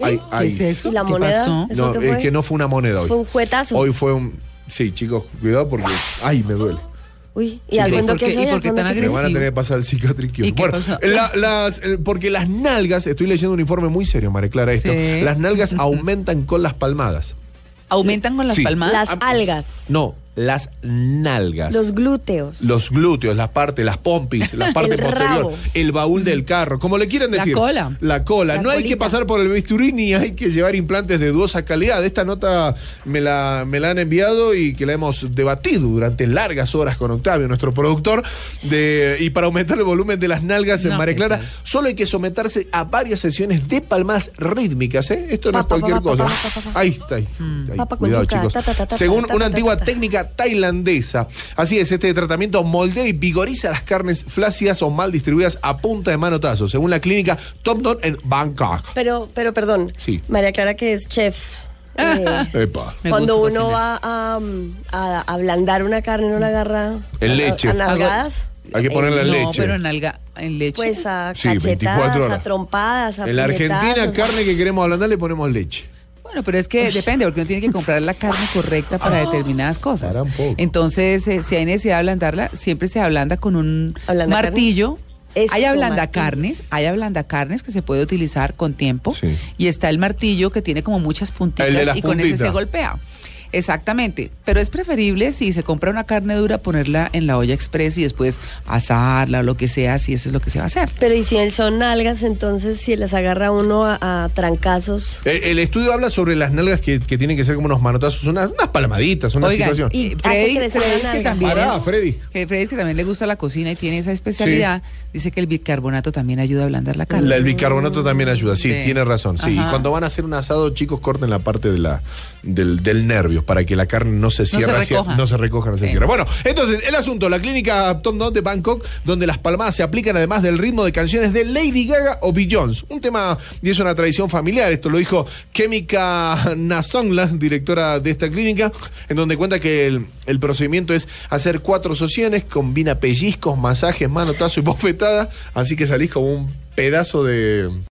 Ay, ¿Qué ay. es eso? ¿Y la ¿Qué moneda? pasó? ¿Eso No, qué es fue? que no fue una moneda hoy. Fue un cuetazo. Hoy fue un... Sí, chicos, cuidado porque... Ay, me duele. Uy, y al ¿y fondo por que qué- y soy, por al qué fondo tan que Me soy. agresivo? van a tener que pasar al psiquiátrico. ¿Y qué Bueno, pasó? la- las, eh, porque las nalgas, estoy leyendo un informe muy serio, María Clara, esto. Sí. Las nalgas aumentan con las palmadas. ¿Aumentan con las Sí. palmadas? Las algas, No, las nalgas. los glúteos. Los glúteos, las partes, las pompis, la parte El posterior, rabo. el baúl del carro, como le quieran La decir. cola. La cola. La no hay colita. que pasar por el bisturí ni hay que llevar implantes de dudosa calidad. Esta nota me la, me la han enviado y que la hemos debatido durante largas horas con Octavio, nuestro productor. De, y para aumentar el volumen de las nalgas en No, María qué Clara, tal. solo hay que someterse a varias sesiones de palmadas rítmicas. ¿eh? Esto no Pa, es pa, cualquier pa, pa, cosa. pa, pa, pa, pa. Ahí está. ahí. Ahí, Pa, pa, cuidado, cuelluca, chicos. ta, ta, ta, ta, Según ta, ta, una ta, antigua ta, ta. técnica tailandesa. Así es, este tratamiento moldea y vigoriza las carnes flácidas o mal distribuidas a punta de manotazo, según la clínica Thompson en Bangkok. Pero, pero perdón, Sí. María Clara que es chef. eh, Epa. Ah. Me cuando gusta uno cocinar. va a, um, a ablandar una carne, no la agarra En a- leche. a nalgadas. Hay que ponerle Eh, no, leche. pero en alga, en leche. Pues a Sí, 24 cachetadas, horas. a trompadas, a en la Argentina, puñetazos. carne que queremos ablandar le ponemos leche. bueno, pero es que depende, porque uno tiene que comprar la carne correcta para Ah. determinadas cosas. Para un poco. Entonces, eh, si hay necesidad de ablandarla, siempre se ablanda con un ¿Ablanda martillo. Eso, hay ablandacarnes, hay ablandacarnes que se puede utilizar con tiempo. Sí. Y está el martillo que tiene como muchas puntitas El de las y con ese se puntitas. golpea. Exactamente, pero es preferible si se compra una carne dura ponerla en la olla express y después asarla o lo que sea, si eso es lo que se va a hacer. Pero y si son nalgas, entonces si las agarra uno a, a trancazos. Eh, El, el estudio habla sobre las nalgas que, que tienen que ser como unos manotazos, unas, unas palmaditas, una Oigan, situación. y Hace Freddy, crecer la Freddy, que nalga. también Pará, es- Freddy. que Freddy, que también le gusta la cocina y tiene esa especialidad, dice que el bicarbonato también ayuda a ablandar la carne. La- el bicarbonato también ayuda, sí, Sí. tiene razón. Sí, Ajá. y cuando van a hacer un asado, chicos, corten la parte de la, del, del nervio para que la carne no se cierre, hacia- recoja. no se recoja, no se Sí. cierre. Bueno, entonces, el asunto, la clínica Tom Dodd de Bangkok, donde las palmadas se aplican además del ritmo de canciones de Lady Gaga o Jones. Un tema, y es una tradición familiar, esto lo dijo Kémica Nasonglan, directora de esta clínica, en donde cuenta que el, el procedimiento es hacer cuatro sesiones, combina pellizcos, masajes, manotazo y bofetada, así que salís como un pedazo de...